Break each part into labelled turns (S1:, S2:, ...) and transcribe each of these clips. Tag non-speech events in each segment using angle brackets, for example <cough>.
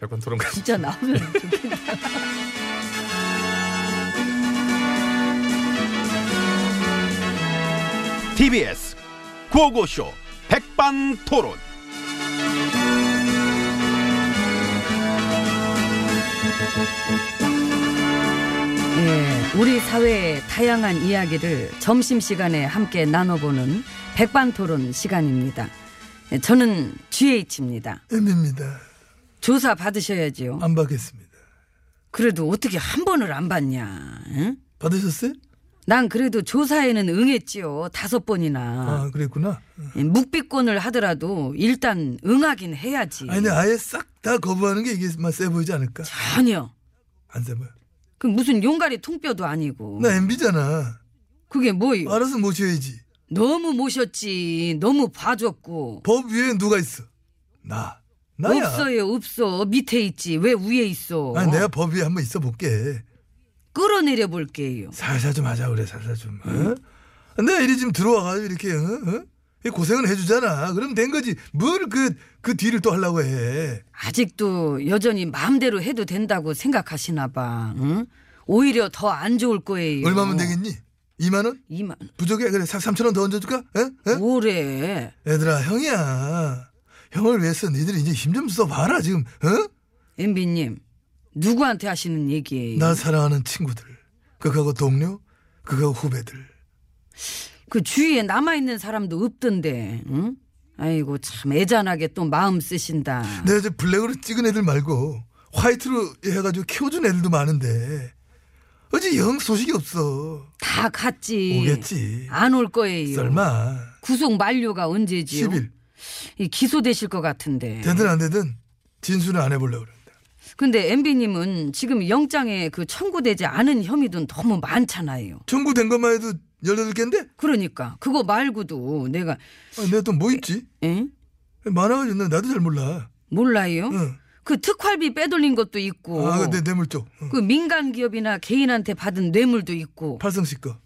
S1: 백반 토론 같은
S2: 진짜 나오면
S3: TBS 구호고쇼 백반토론
S2: <laughs> 예, 우리 사회의 다양한 이야기를 점심시간에 함께 나눠보는 백반토론 시간입니다. 예, 저는 GH입니다.
S4: M입니다.
S2: 조사 받으셔야지요.
S4: 안 받겠습니다.
S2: 그래도 어떻게 한 번을 안 받냐? 응?
S4: 받으셨어요?
S2: 난 그래도 조사에는 응했지요. 다섯 번이나.
S4: 아, 그랬구나. 응.
S2: 예, 묵비권을 하더라도 일단 응하긴 해야지.
S4: 아니, 근데 아예 싹 다 거부하는 게 이게 막세 보이지 않을까?
S2: 전혀.
S4: 안 세 보여.
S2: 그 무슨 용가리 통뼈도 아니고.
S4: 나 MB잖아.
S2: 그게 뭐요?
S4: 네. 알아서 모셔야지.
S2: 너무 모셨지. 너무 봐줬고.
S4: 법 위에 누가 있어? 나. 나야.
S2: 없어요, 없어. 밑에 있지. 왜 위에 있어?
S4: 아니, 내가 법 위에 한번 있어 볼게.
S2: 끌어내려 볼게요.
S4: 살살 좀 하자, 그래, 살살 좀. 어? 내가 이리 지금 들어와가지고 이렇게, 어? 어? 고생을 해주잖아. 그럼 된 거지. 뭘 그, 그 뒤를 또 하려고 해.
S2: 아직도 여전히 마음대로 해도 된다고 생각하시나 봐. 응? 오히려 더 안 좋을 거예요.
S4: 얼마면 되겠니? 2만원?
S2: 이만
S4: 부족해? 그래, 3천원 더 얹어줄까? 어? 어?
S2: 뭐래?
S4: 얘들아 형이야 형을 위해서 니들이 이제 힘 좀 써봐라 지금 어?
S2: 엠비님 누구한테 하시는 얘기예요?
S4: 나 사랑하는 친구들 그하고 동료 그하고 후배들
S2: 그 주위에 남아 있는 사람도 없던데. 응? 아이고 참 애잔하게 또 마음 쓰신다.
S4: 내가 이제 블랙으로 찍은 애들 말고 화이트로 해가지고 키워준 애들도 많은데 어제 영 소식이 없어
S2: 다 갔지.
S4: 오겠지
S2: 안 올 거예요. 예.
S4: 설마
S2: 구속 만료가 언제지요?
S4: 10일
S2: 이 기소되실 것 같은데.
S4: 되든 안 되든 진술을 안 해보려고 그런다
S2: 근데 MB님은 지금 영장에 그 청구되지 않은 혐의도 너무 많잖아요.
S4: 청구된 것만 해도 18개인데
S2: 그러니까 그거 말고도 내가
S4: 아니, 내가 또 뭐 있지
S2: 에?
S4: 많아가지고 나- 나도 잘 몰라
S2: 몰라요?
S4: 응.
S2: 그 특활비 빼돌린 것도 있고
S4: 아, 내 뇌물쪽 응.
S2: 그 민간 기업이나 개인한테 받은 뇌물도 있고
S4: 팔성식 거.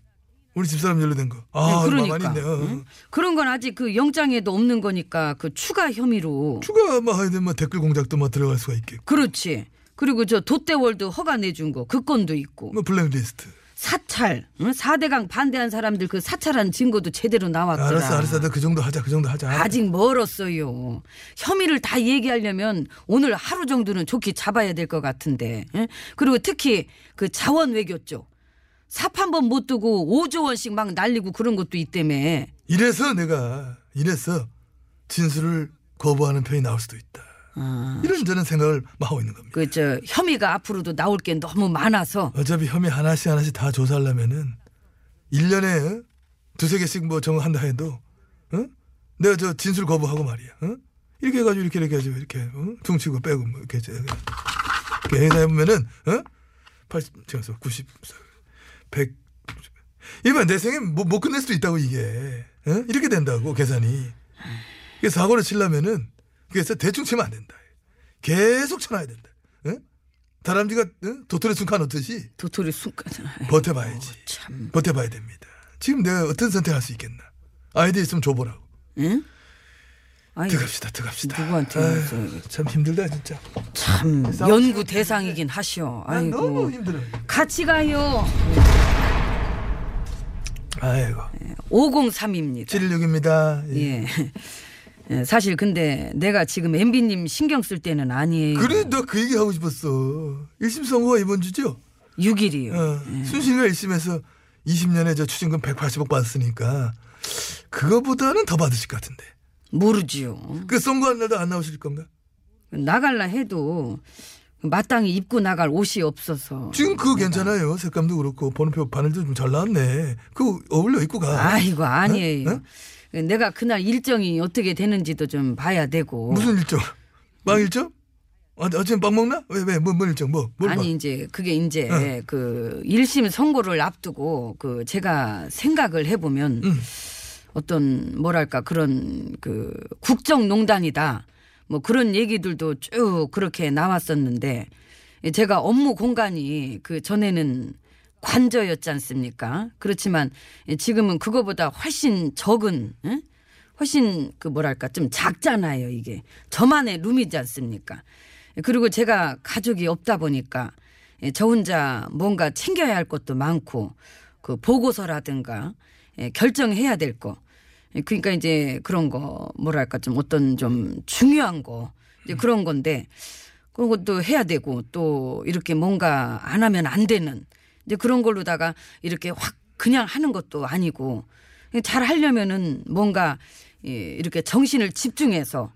S4: 우리 집사람 연루된 거. 아,
S2: 네,
S4: 얼마
S2: 그러니까.
S4: 많이 있네. 어.
S2: 응? 그런 건 아직 그 영장에도 없는 거니까 그 추가 혐의로
S4: 추가 막 하여튼 막뭐 댓글 공작도 막 들어갈 수가 있게.
S2: 그렇지. 그리고 저 롯데월드 허가 내준 거 그 건도 있고
S4: 뭐 블랙리스트.
S2: 사찰 응? 4대강 반대한 사람들 그 사찰한 증거도 제대로 나왔더라.
S4: 알았어, 알았어. 나 그 정도 하자, 그 정도 하자.
S2: 아직 멀었어요. 혐의를 다 얘기하려면 오늘 하루 정도는 좋게 잡아야 될 것 같은데. 예? 그리고 특히 그 자원 외교 쪽. 삽 한 번 못 두고 5조 원씩 막 날리고 그런 것도 있다며.
S4: 이래서 내가 이래서 진술을 거부하는 편이 나올 수도 있다.
S2: 아.
S4: 이런 저런 생각을 막 하고 있는 겁니다.
S2: 그 저 혐의가 앞으로도 나올 게 너무 많아서
S4: 어차피 혐의 하나씩 하나씩 다 조사하려면은 1년에 어? 두세 개씩 뭐 정한다 해도 응? 내가 저 진술 거부하고 말이야. 응? 이렇게 해가지고 이렇게 이렇게 해가지고 이렇게 응? 퉁치고 빼고 뭐 이렇게 해서 이렇게 해서 해보면은 응? 80, 제가 90, 100 이면 내 생에 뭐, 못 끝낼 수도 있다고 이게 응? 이렇게 된다고 계산이 이게 사고를 치려면은 그래서 대충 치면 안 된다. 계속 쳐놔야 된다. 응? 다람쥐가 응? 도토리 순간 넣듯이
S2: 도토리 숨까지.
S4: 버텨봐야지.
S2: <laughs> 참.
S4: 버텨봐야 됩니다. 지금 내가 어떤 선택할 수 있겠나? 아이디 있으면 줘보라고.
S2: 응? 아이
S4: 들어갑시다, 들어갑시다.
S2: 누구한테
S4: 아유,
S2: 물어야겠어.
S4: 참 힘들다 진짜. 그
S2: 참 연구 대상이긴 하셔.
S4: 난 너무
S2: 아이고.
S4: 힘들어.
S2: 같이 가요.
S4: 아이고.
S2: 503입니다.
S4: 716입니다.
S2: 예. <laughs> 예, 사실 근데 내가 지금 MB님 신경 쓸 때는 아니에요.
S4: 그래, 나 그 얘기 하고 싶었어. 1심 선고가 이번 주죠?
S2: 6일이요.
S4: 어, 순신이가 1심에서 20년에 저 추징금 180억 받았으니까 그거보다는 더 받으실 것 같은데.
S2: 모르지요.
S4: 그 선고한 날도 안 나오실 건가?
S2: 나갈라 해도 마땅히 입고 나갈 옷이 없어서.
S4: 지금 그거 괜찮아요. 색감도 그렇고 번호표 바늘도 좀 잘 나왔네. 그거 어울려 입고 가.
S2: 아이고 아니에요.
S4: 응?
S2: 내가 그날 일정이 어떻게 되는지도 좀 봐야 되고.
S4: 무슨 일정? 망 일정? 아, 아침에 빵 먹나? 왜, 왜, 뭐, 뭐 일정, 뭐, 뭘 봐?
S2: 아니 이제 그게 이제
S4: 응.
S2: 그 일심 선고를 앞두고 그 제가 생각을 해보면
S4: 응.
S2: 어떤 뭐랄까 그런 그 국정농단이다 뭐 그런 얘기들도 쭉 그렇게 나왔었는데 제가 업무 공간이 그 전에는 관저였지 않습니까? 그렇지만 지금은 그거보다 훨씬 적은 응? 훨씬 그 뭐랄까 좀 작잖아요 이게 저만의 룸이지 않습니까? 그리고 제가 가족이 없다 보니까 예, 저 혼자 뭔가 챙겨야 할 것도 많고 그 보고서라든가 예, 결정해야 될 거. 예, 그러니까 이제 그런 거 뭐랄까 좀 어떤 좀 중요한 거 이제 그런 건데 그런 것도 해야 되고 또 이렇게 뭔가 안 하면 안 되는 이제 그런 걸로다가 이렇게 확 그냥 하는 것도 아니고 잘 하려면은 뭔가 예, 이렇게 정신을 집중해서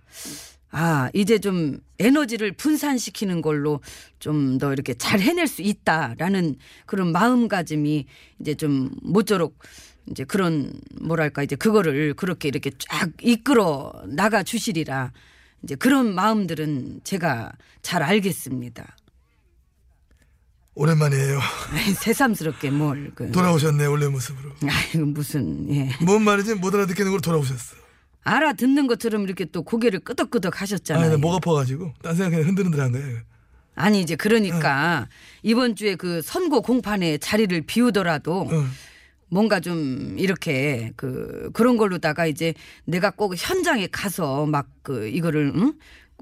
S2: 아, 이제 좀 에너지를 분산시키는 걸로 좀 더 이렇게 잘 해낼 수 있다라는 그런 마음가짐이 이제 좀 모쪼록 이제 그런 뭐랄까 이제 그거를 그렇게 이렇게 쫙 이끌어 나가 주시리라 이제 그런 마음들은 제가 잘 알겠습니다. <laughs>
S4: 오랜만이에요. <laughs>
S2: 아이, 새삼스럽게 뭘 그.
S4: 돌아오셨네, 원래 모습으로.
S2: 아이고 무슨 예.
S4: 뭔 말인지 못 알아듣겠는 걸로 돌아오셨어.
S2: 알아듣는 것처럼 이렇게 또 고개를
S4: 아니, 네,
S2: 끄덕끄덕
S4: 뭐-
S2: 하셨잖아요.
S4: 나목 아파가지고, 딴 생각 그냥 흔들흔들 한 거예요.
S2: 아니 이제 그러니까 이번 주에 그 선거 공판에 자리를 비우더라도
S4: 응.
S2: 뭔가 좀 이렇게 그 그런 걸로다가 이제 내가 꼭 현장에 가서 막 그 이거를 응?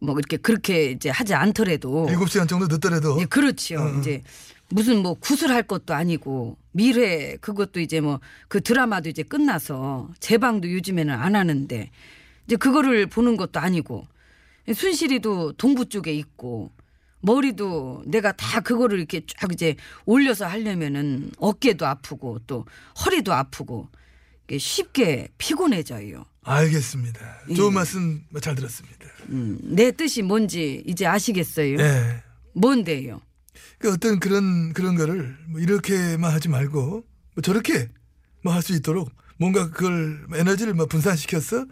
S2: 뭐 이렇게 그렇게 이제 하지 않더라도
S4: 7시간 정도 늦더라도.
S2: 어. 예, 그렇지요. 이제 무슨 뭐 구슬할 것도 아니고 미래 그것도 이제 뭐 그 드라마도 이제 끝나서 재방도 요즘에는 안 하는데 이제 그거를 보는 것도 아니고 순실이도 동부 쪽에 있고 머리도 내가 다 그거를 이렇게 쫙 이제 올려서 하려면은 어깨도 아프고 또 허리도 아프고 이게 쉽게 피곤해져요.
S4: 알겠습니다.
S2: 예.
S4: 좋은 말씀 잘 들었습니다.
S2: 음, 내 뜻이 뭔지 이제 아시겠어요?
S4: 예.
S2: 뭔데요?
S4: 그 어떤 그런 그런 거를 뭐 이렇게만 하지 말고 뭐 저렇게 뭐 할 수 있도록 뭔가 그걸 에너지를 뭐 분산시켜서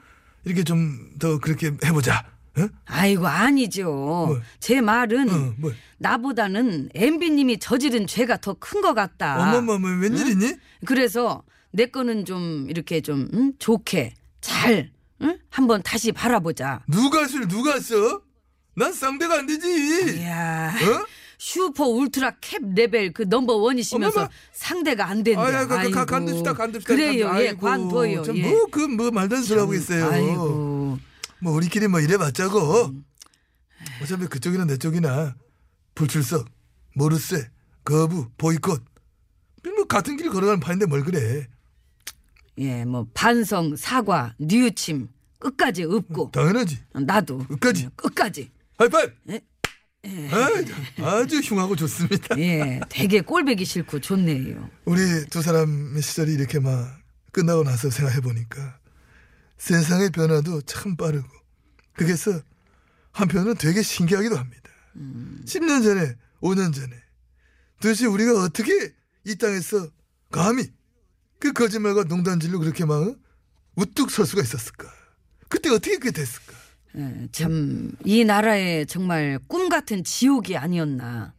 S4: 이렇게 좀 더 그렇게 해보자. 응?
S2: 아이고 아니죠. 제 말은
S4: 어, 뭐.
S2: 나보다는 엠비님이 저지른 죄가 더 큰 것 같다.
S4: 어머머, 뭐 웬일이니?
S2: 그래서 내 거는 좀 이렇게 좀 음, 좋게 잘 응? 한번 다시 바라보자.
S4: 누가 술 누가 써? 난 쌍대가 안 되지.
S2: 이야
S4: 어?
S2: 슈퍼 울트라 캡 레벨 그 넘버 원이시면서
S4: 어머머.
S2: 상대가 안 된다.
S4: 아야, 가,
S2: 아이고.
S4: 가, 간둡시다, 간둡시다.
S2: 그래요,
S4: 간둡-
S2: 예, 관둬요.
S4: 참
S2: 예.
S4: 뭐, 그, 뭐, 말도 안 소리 하고 있어요.
S2: 아이고. 음.
S4: 뭐, 우리끼리 뭐, 이래봤자고. 어차피 그쪽이나 내 쪽이나, 불출석, 모르쇠, 거부, 보이콧. 뭐, 같은 길 걸어가는 판인데 뭘 그래.
S2: 예, 뭐 반성, 사과, 뉘우침 끝까지 읊고
S4: 당연하지.
S2: 나도
S4: 끝까지.
S2: 끝까지.
S4: 하이파이브!
S2: 음. 예.
S4: 아이, 아주 흉하고 좋습니다.
S2: 예, 되게 꼴배기 싫고 좋네요.
S4: 우리 두 사람 시절이 이렇게 막 끝나고 나서 생각해보니까 세상의 변화도 참 빠르고 그래서 한편으로는 되게 신기하기도 합니다.
S2: 음.
S4: 10년 전에 5년 전에 도대체 우리가 어떻게 이 땅에서 감히 그 거짓말과 농단질로 그렇게 막 어? 우뚝 설 수가 있었을까? 그때 어떻게 그게 됐을까?
S2: 예, 참 이 나라에 정말 꿈 같은 지옥이 아니었나.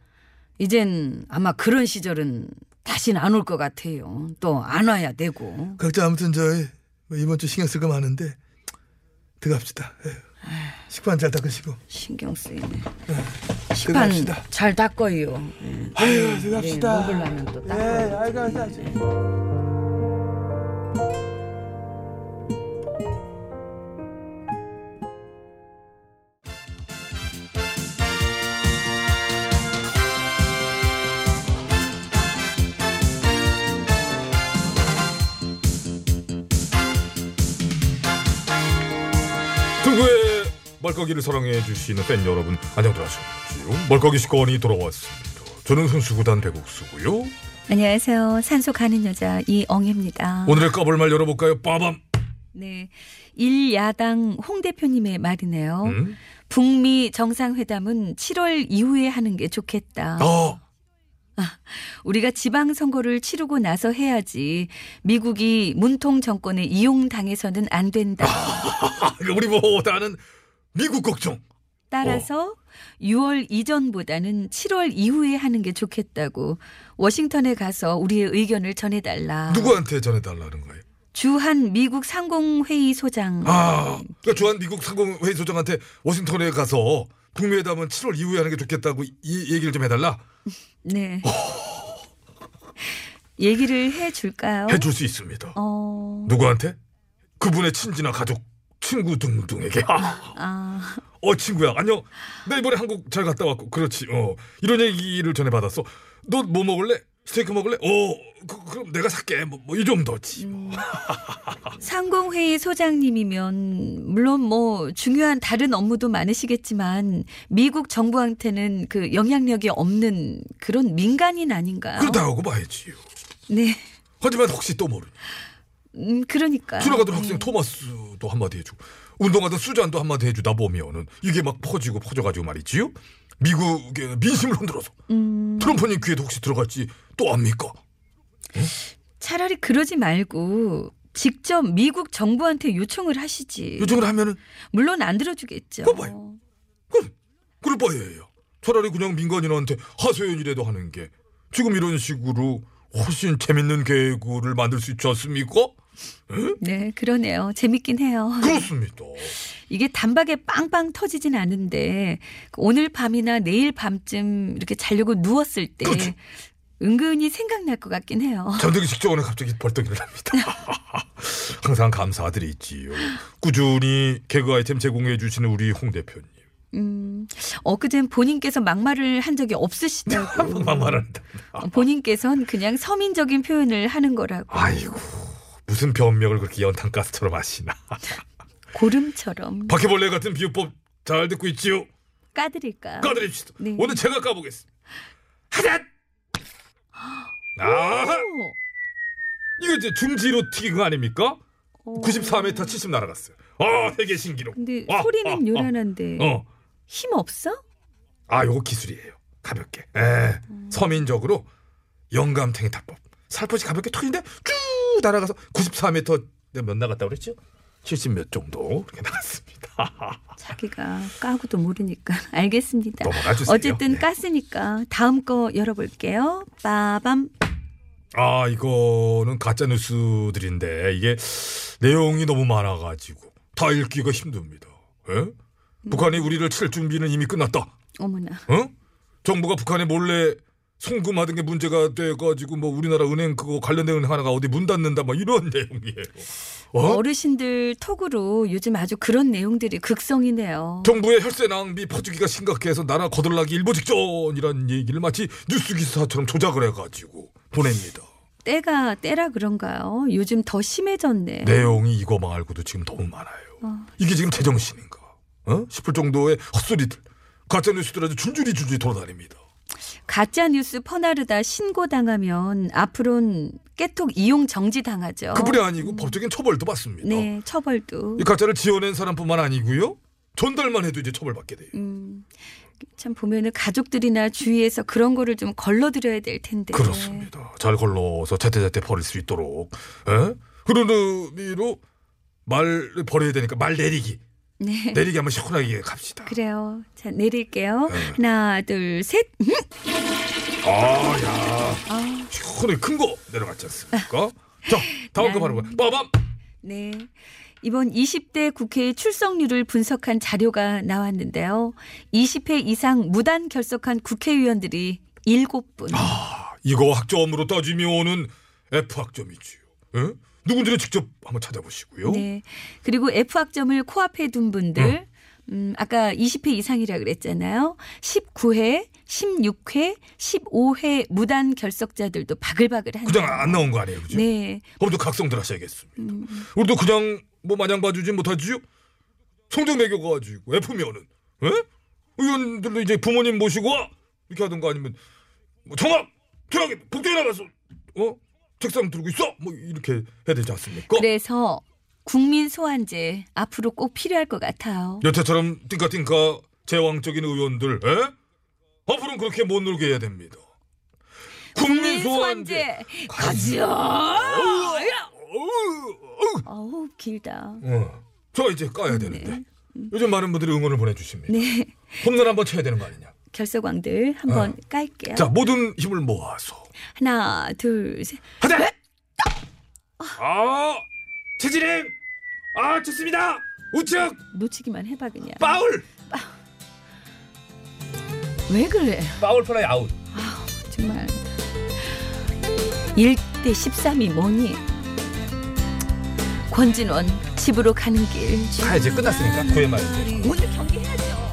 S2: 이젠 아마 그런 시절은 다신 안 올 것 같아요. 또 안 와야 되고.
S4: 각자 그렇죠. 아무튼 저희 뭐 이번 주 신경 쓸 거 많은데 들어갑시다. 에휴. 식판 잘 닦으시고
S2: 신경 쓰이네. 식판
S4: 그 들어갑시다.
S2: 잘 닦어요.
S4: 아유 그
S2: 내일
S4: 들어갑시다.
S2: 먹으려면 또
S4: 예,
S2: 닦아요.
S4: 아이고, 아이고, 아이고.
S1: 등구의 말까기를 사랑해 주시는 팬 여러분 안녕들 하셨는지요? 말까기 시간이 돌아왔습니다. 저는 손수구단 배국수고요.
S5: 안녕하세요. 산소 가는 여자 이엉입니다.
S1: 오늘의 까불말 열어볼까요? 빠밤.
S5: 네. 일야당 홍 대표님의
S2: 어?
S5: 말이네요.
S1: 음?
S5: 북미 정상회담은 7월 이후에 하는 게 좋겠다.
S1: 어.
S5: 우리가 지방선거를 치르고 나서 해야지 미국이 문통 정권에 이용당해서는 안 된다.
S1: 아, 우리 보다는 미국 뭐 걱정.
S5: 따라서
S2: 6월 이전보다는 7월 이후에 하는 게 좋겠다고 워싱턴에 가서 우리의 의견을 전해달라.
S1: 누구한테 전해달라는 거예요?
S2: 주한 미국 상공회의 소장.
S1: 아, 그러니까 주한 미국 상공회의 소장한테 워싱턴에 가서 북미회담은 7월 이후에 하는 게 좋겠다고 이- 이 얘기를 좀 해달라.
S2: 네.
S1: 어.
S2: 얘기를 해줄까요?
S1: 해줄 수 있습니다.
S2: 어,
S1: 누구한테? 그분의 친지나 가족, 친구 등등에게. 아,
S2: 아,
S1: 어 친구야, 안녕. 나 이번에 한국 잘 갔다 왔고, 그렇지. 어 이런 얘기를 전해 받았어. 너 뭐 먹을래? 스테이크 먹을래? 어, 그, 그럼 내가 살게. 뭐 이 정도지. 뭐.
S2: 음. 상공회의 소장님이면 물론 뭐 중요한 다른 업무도 많으시겠지만 미국 정부한테는 그 영향력이 없는 그런 민간인 아닌가요?
S1: 그렇다고 봐야지요.
S2: 네,
S1: 하지만 혹시 또 모르니.
S2: 음, 그러니까.
S1: 지나가던 학생 토마스도 한마디 해주고 운동하던 수잔도 한마디 해주다 보면은 이게 막 퍼지고 퍼져가지고 말이지요. 미국의 민심을 흔들어서
S2: 음,
S1: 트럼프님 귀에도 혹시 들어갈지 또 압니까?
S2: 차라리 그러지 말고 직접 미국 정부한테 요청을 하시지.
S1: 요청을 하면은
S2: 물론 안 들어주겠죠.
S1: 그- 거봐요. 그럼 그럴 바에요. 차라리 그냥 민간인한테 하소연이라도 하는 게 지금 이런 식으로 훨씬 재밌는 개구를 만들 수 있지 않습니까?
S2: 네, 그러네요. 재밌긴 해요.
S1: 그렇습니다.
S2: 이게 단박에 빵빵 터지진 않은데 오늘 밤이나 내일 밤쯤 이렇게 자려고 누웠을 때
S1: 그렇죠.
S2: 은근히 생각날 것 같긴 해요.
S1: 잠들기 직전에 갑자기 벌떡 일어납니다. <laughs> 항상 감사드리지요. 꾸준히 개그 아이템 제공해 주시는 우리 홍 대표님.
S2: 음, 엊그젠 본인께서 막말을 한 적이
S1: <laughs>
S2: 없으시다고.
S1: 막 말한다.
S2: 본인께선 그냥 서민적인 표현을 하는 거라고
S1: 아이고 무슨 변명을 그렇게 연탄가스처럼 하시나.
S2: 고름처럼
S1: 바퀴벌레 같은 비유법 잘 듣고 있지요.
S2: 까드릴까.
S1: 그, 까드립시다.
S2: 네.
S1: 오늘 제가 까보겠습니다. 하자. 아, 이거 이제 중지로 튀긴 거 아닙니까? 94m 70 날아갔어요. 아, 세계 신기록.
S2: 근데
S1: 아,
S2: 소리는
S1: 아, 아.
S2: 요란한데
S1: 어.
S2: 힘 없어?
S1: 아, 요거 기술이에요. 가볍게. 예. 서민적으로 영감탱이 타법. 살포시 가볍게 턱인데 쭉 날아가서 94m 몇 나갔다 그랬죠? 70 몇 정도 이렇게 나갔습니다.
S2: 자기가 까고도 모르니까 <laughs> 알겠습니다.
S1: 넘어가 주세요.
S2: 어쨌든
S1: 네.
S2: 깠으니까 다음 거 열어볼게요. 빠밤.
S1: 아, 이거는 가짜 뉴스들인데 이게 내용이 너무 많아 가지고 다 읽기가 힘듭니다. 예? 북한이 우리를 칠 준비는 이미 끝났다.
S2: 어머나.
S1: 어? 정부가 북한에 몰래 송금하던 게 문제가 돼가지고 뭐 우리나라 은행 그거 관련된 은행 하나가 어디 문 닫는다 뭐 이런 <laughs> 내용이에요. 어?
S2: 어르신들 톡으로 요즘 아주 그런 내용들이 극성이네요.
S1: 정부의 혈세 낭비 퍼주기가 심각해서 나라 거들나기 일보 직전이라는 얘기를 마치 뉴스 기사처럼 조작을 해가지고 보냅니다.
S2: 때가 때라 그런가요? 요즘 더 심해졌네. 어.
S1: 내용이 이거 말고도 지금 너무 많아요. 이게 지금 제정신인가 어? 싶을 정도의 헛소리들 가짜 뉴스들 아주 줄줄이 줄줄이 돌아다닙니다.
S2: 가짜 뉴스 퍼나르다 신고 당하면 앞으론 깨톡 이용 정지 당하죠.
S1: 그뿐이 어. 아니고 법적인 처벌도 받습니다.
S2: 어. 네, 처벌도.
S1: 이 가짜를 지어낸 사람뿐만 아니고요. 전달만 해도 이제 처벌받게 돼요.
S2: 음, 참 보면은 가족들이나 주위에서 그런 거를 좀 걸러드려야 될 텐데.
S1: 그렇습니다. 잘 걸러서 제때제때 버릴 수 있도록. 에? 그런 의미로 말 버려야 되니까 말 내리기.
S2: 네.
S1: 내리기 한번 시원하게 갑시다.
S2: 그래요. 자, 내릴게요.
S1: 네.
S2: 하나, 둘, 셋.
S1: 아, 야. 시원하게 큰 거 내려갔지
S2: 아.
S1: 않습니까? 자, 다음 거 바로 봐요. 빠밤!
S2: 네. 이번 20대 국회의 출석률을 분석한 자료가 나왔는데요. 20회 이상 무단 결석한 국회의원들이 7분.
S1: 아, 이거 학점으로 따지면은 F 학점이지요. 에? 누군지는 직접 한번 찾아보시고요.
S2: 네. 그리고 F학점을 코앞에 둔
S1: 어.
S2: 분들. 음, 아까 20회 이상이라 그랬잖아요. 19회, 16회, 15회 무단 결석자들도 바글바글 하네요.
S1: 그냥 안 나온 거 아니에요, 그죠?
S2: 네.
S1: 그럼도 각성들 하셔야겠습니다. 우리도 그냥 뭐 마냥 봐주지 못하지요. 성적 매겨가지고 F면은 에? 의원들도 이제 부모님 모시고 와! 이렇게 하던가 아니면 뭐 정합 퇴학에 복도에 나가서 어 책상 들고 있어 뭐 이렇게 해야 되지 않습니까?
S2: 그래서 국민 소환제 앞으로 꼭 필요할 것 같아요.
S1: 여태처럼 띵까띵까 제왕적인 의원들 에? 앞으로는 그렇게 못 놀게 해야 됩니다. 국민 소환제 가자. 어우, 어우.
S2: 어우 길다.
S1: 어, 저 이제 까야 되는데. 요즘 많은 분들이 응원을 보내주십니다.
S2: 네.
S1: 홈런 한번 쳐야 되는 거 아니냐.
S2: 결석왕들 한번
S1: 어.
S2: 깔게요.
S1: 자 모든 힘을 모아서
S2: 하나, 둘, 셋.
S1: 하자. 아 최진임 아 좋습니다. 우측
S2: 놓치기만 해봐 그냥.
S1: 파울
S2: 왜 그래?
S1: 파울 플라이 아웃.
S2: 정말. 1대 13이 뭐니? 권진원 집으로 가는 길.
S1: 아 이제 끝났으니까 구회 말인데.
S2: 오늘 경기 해야죠.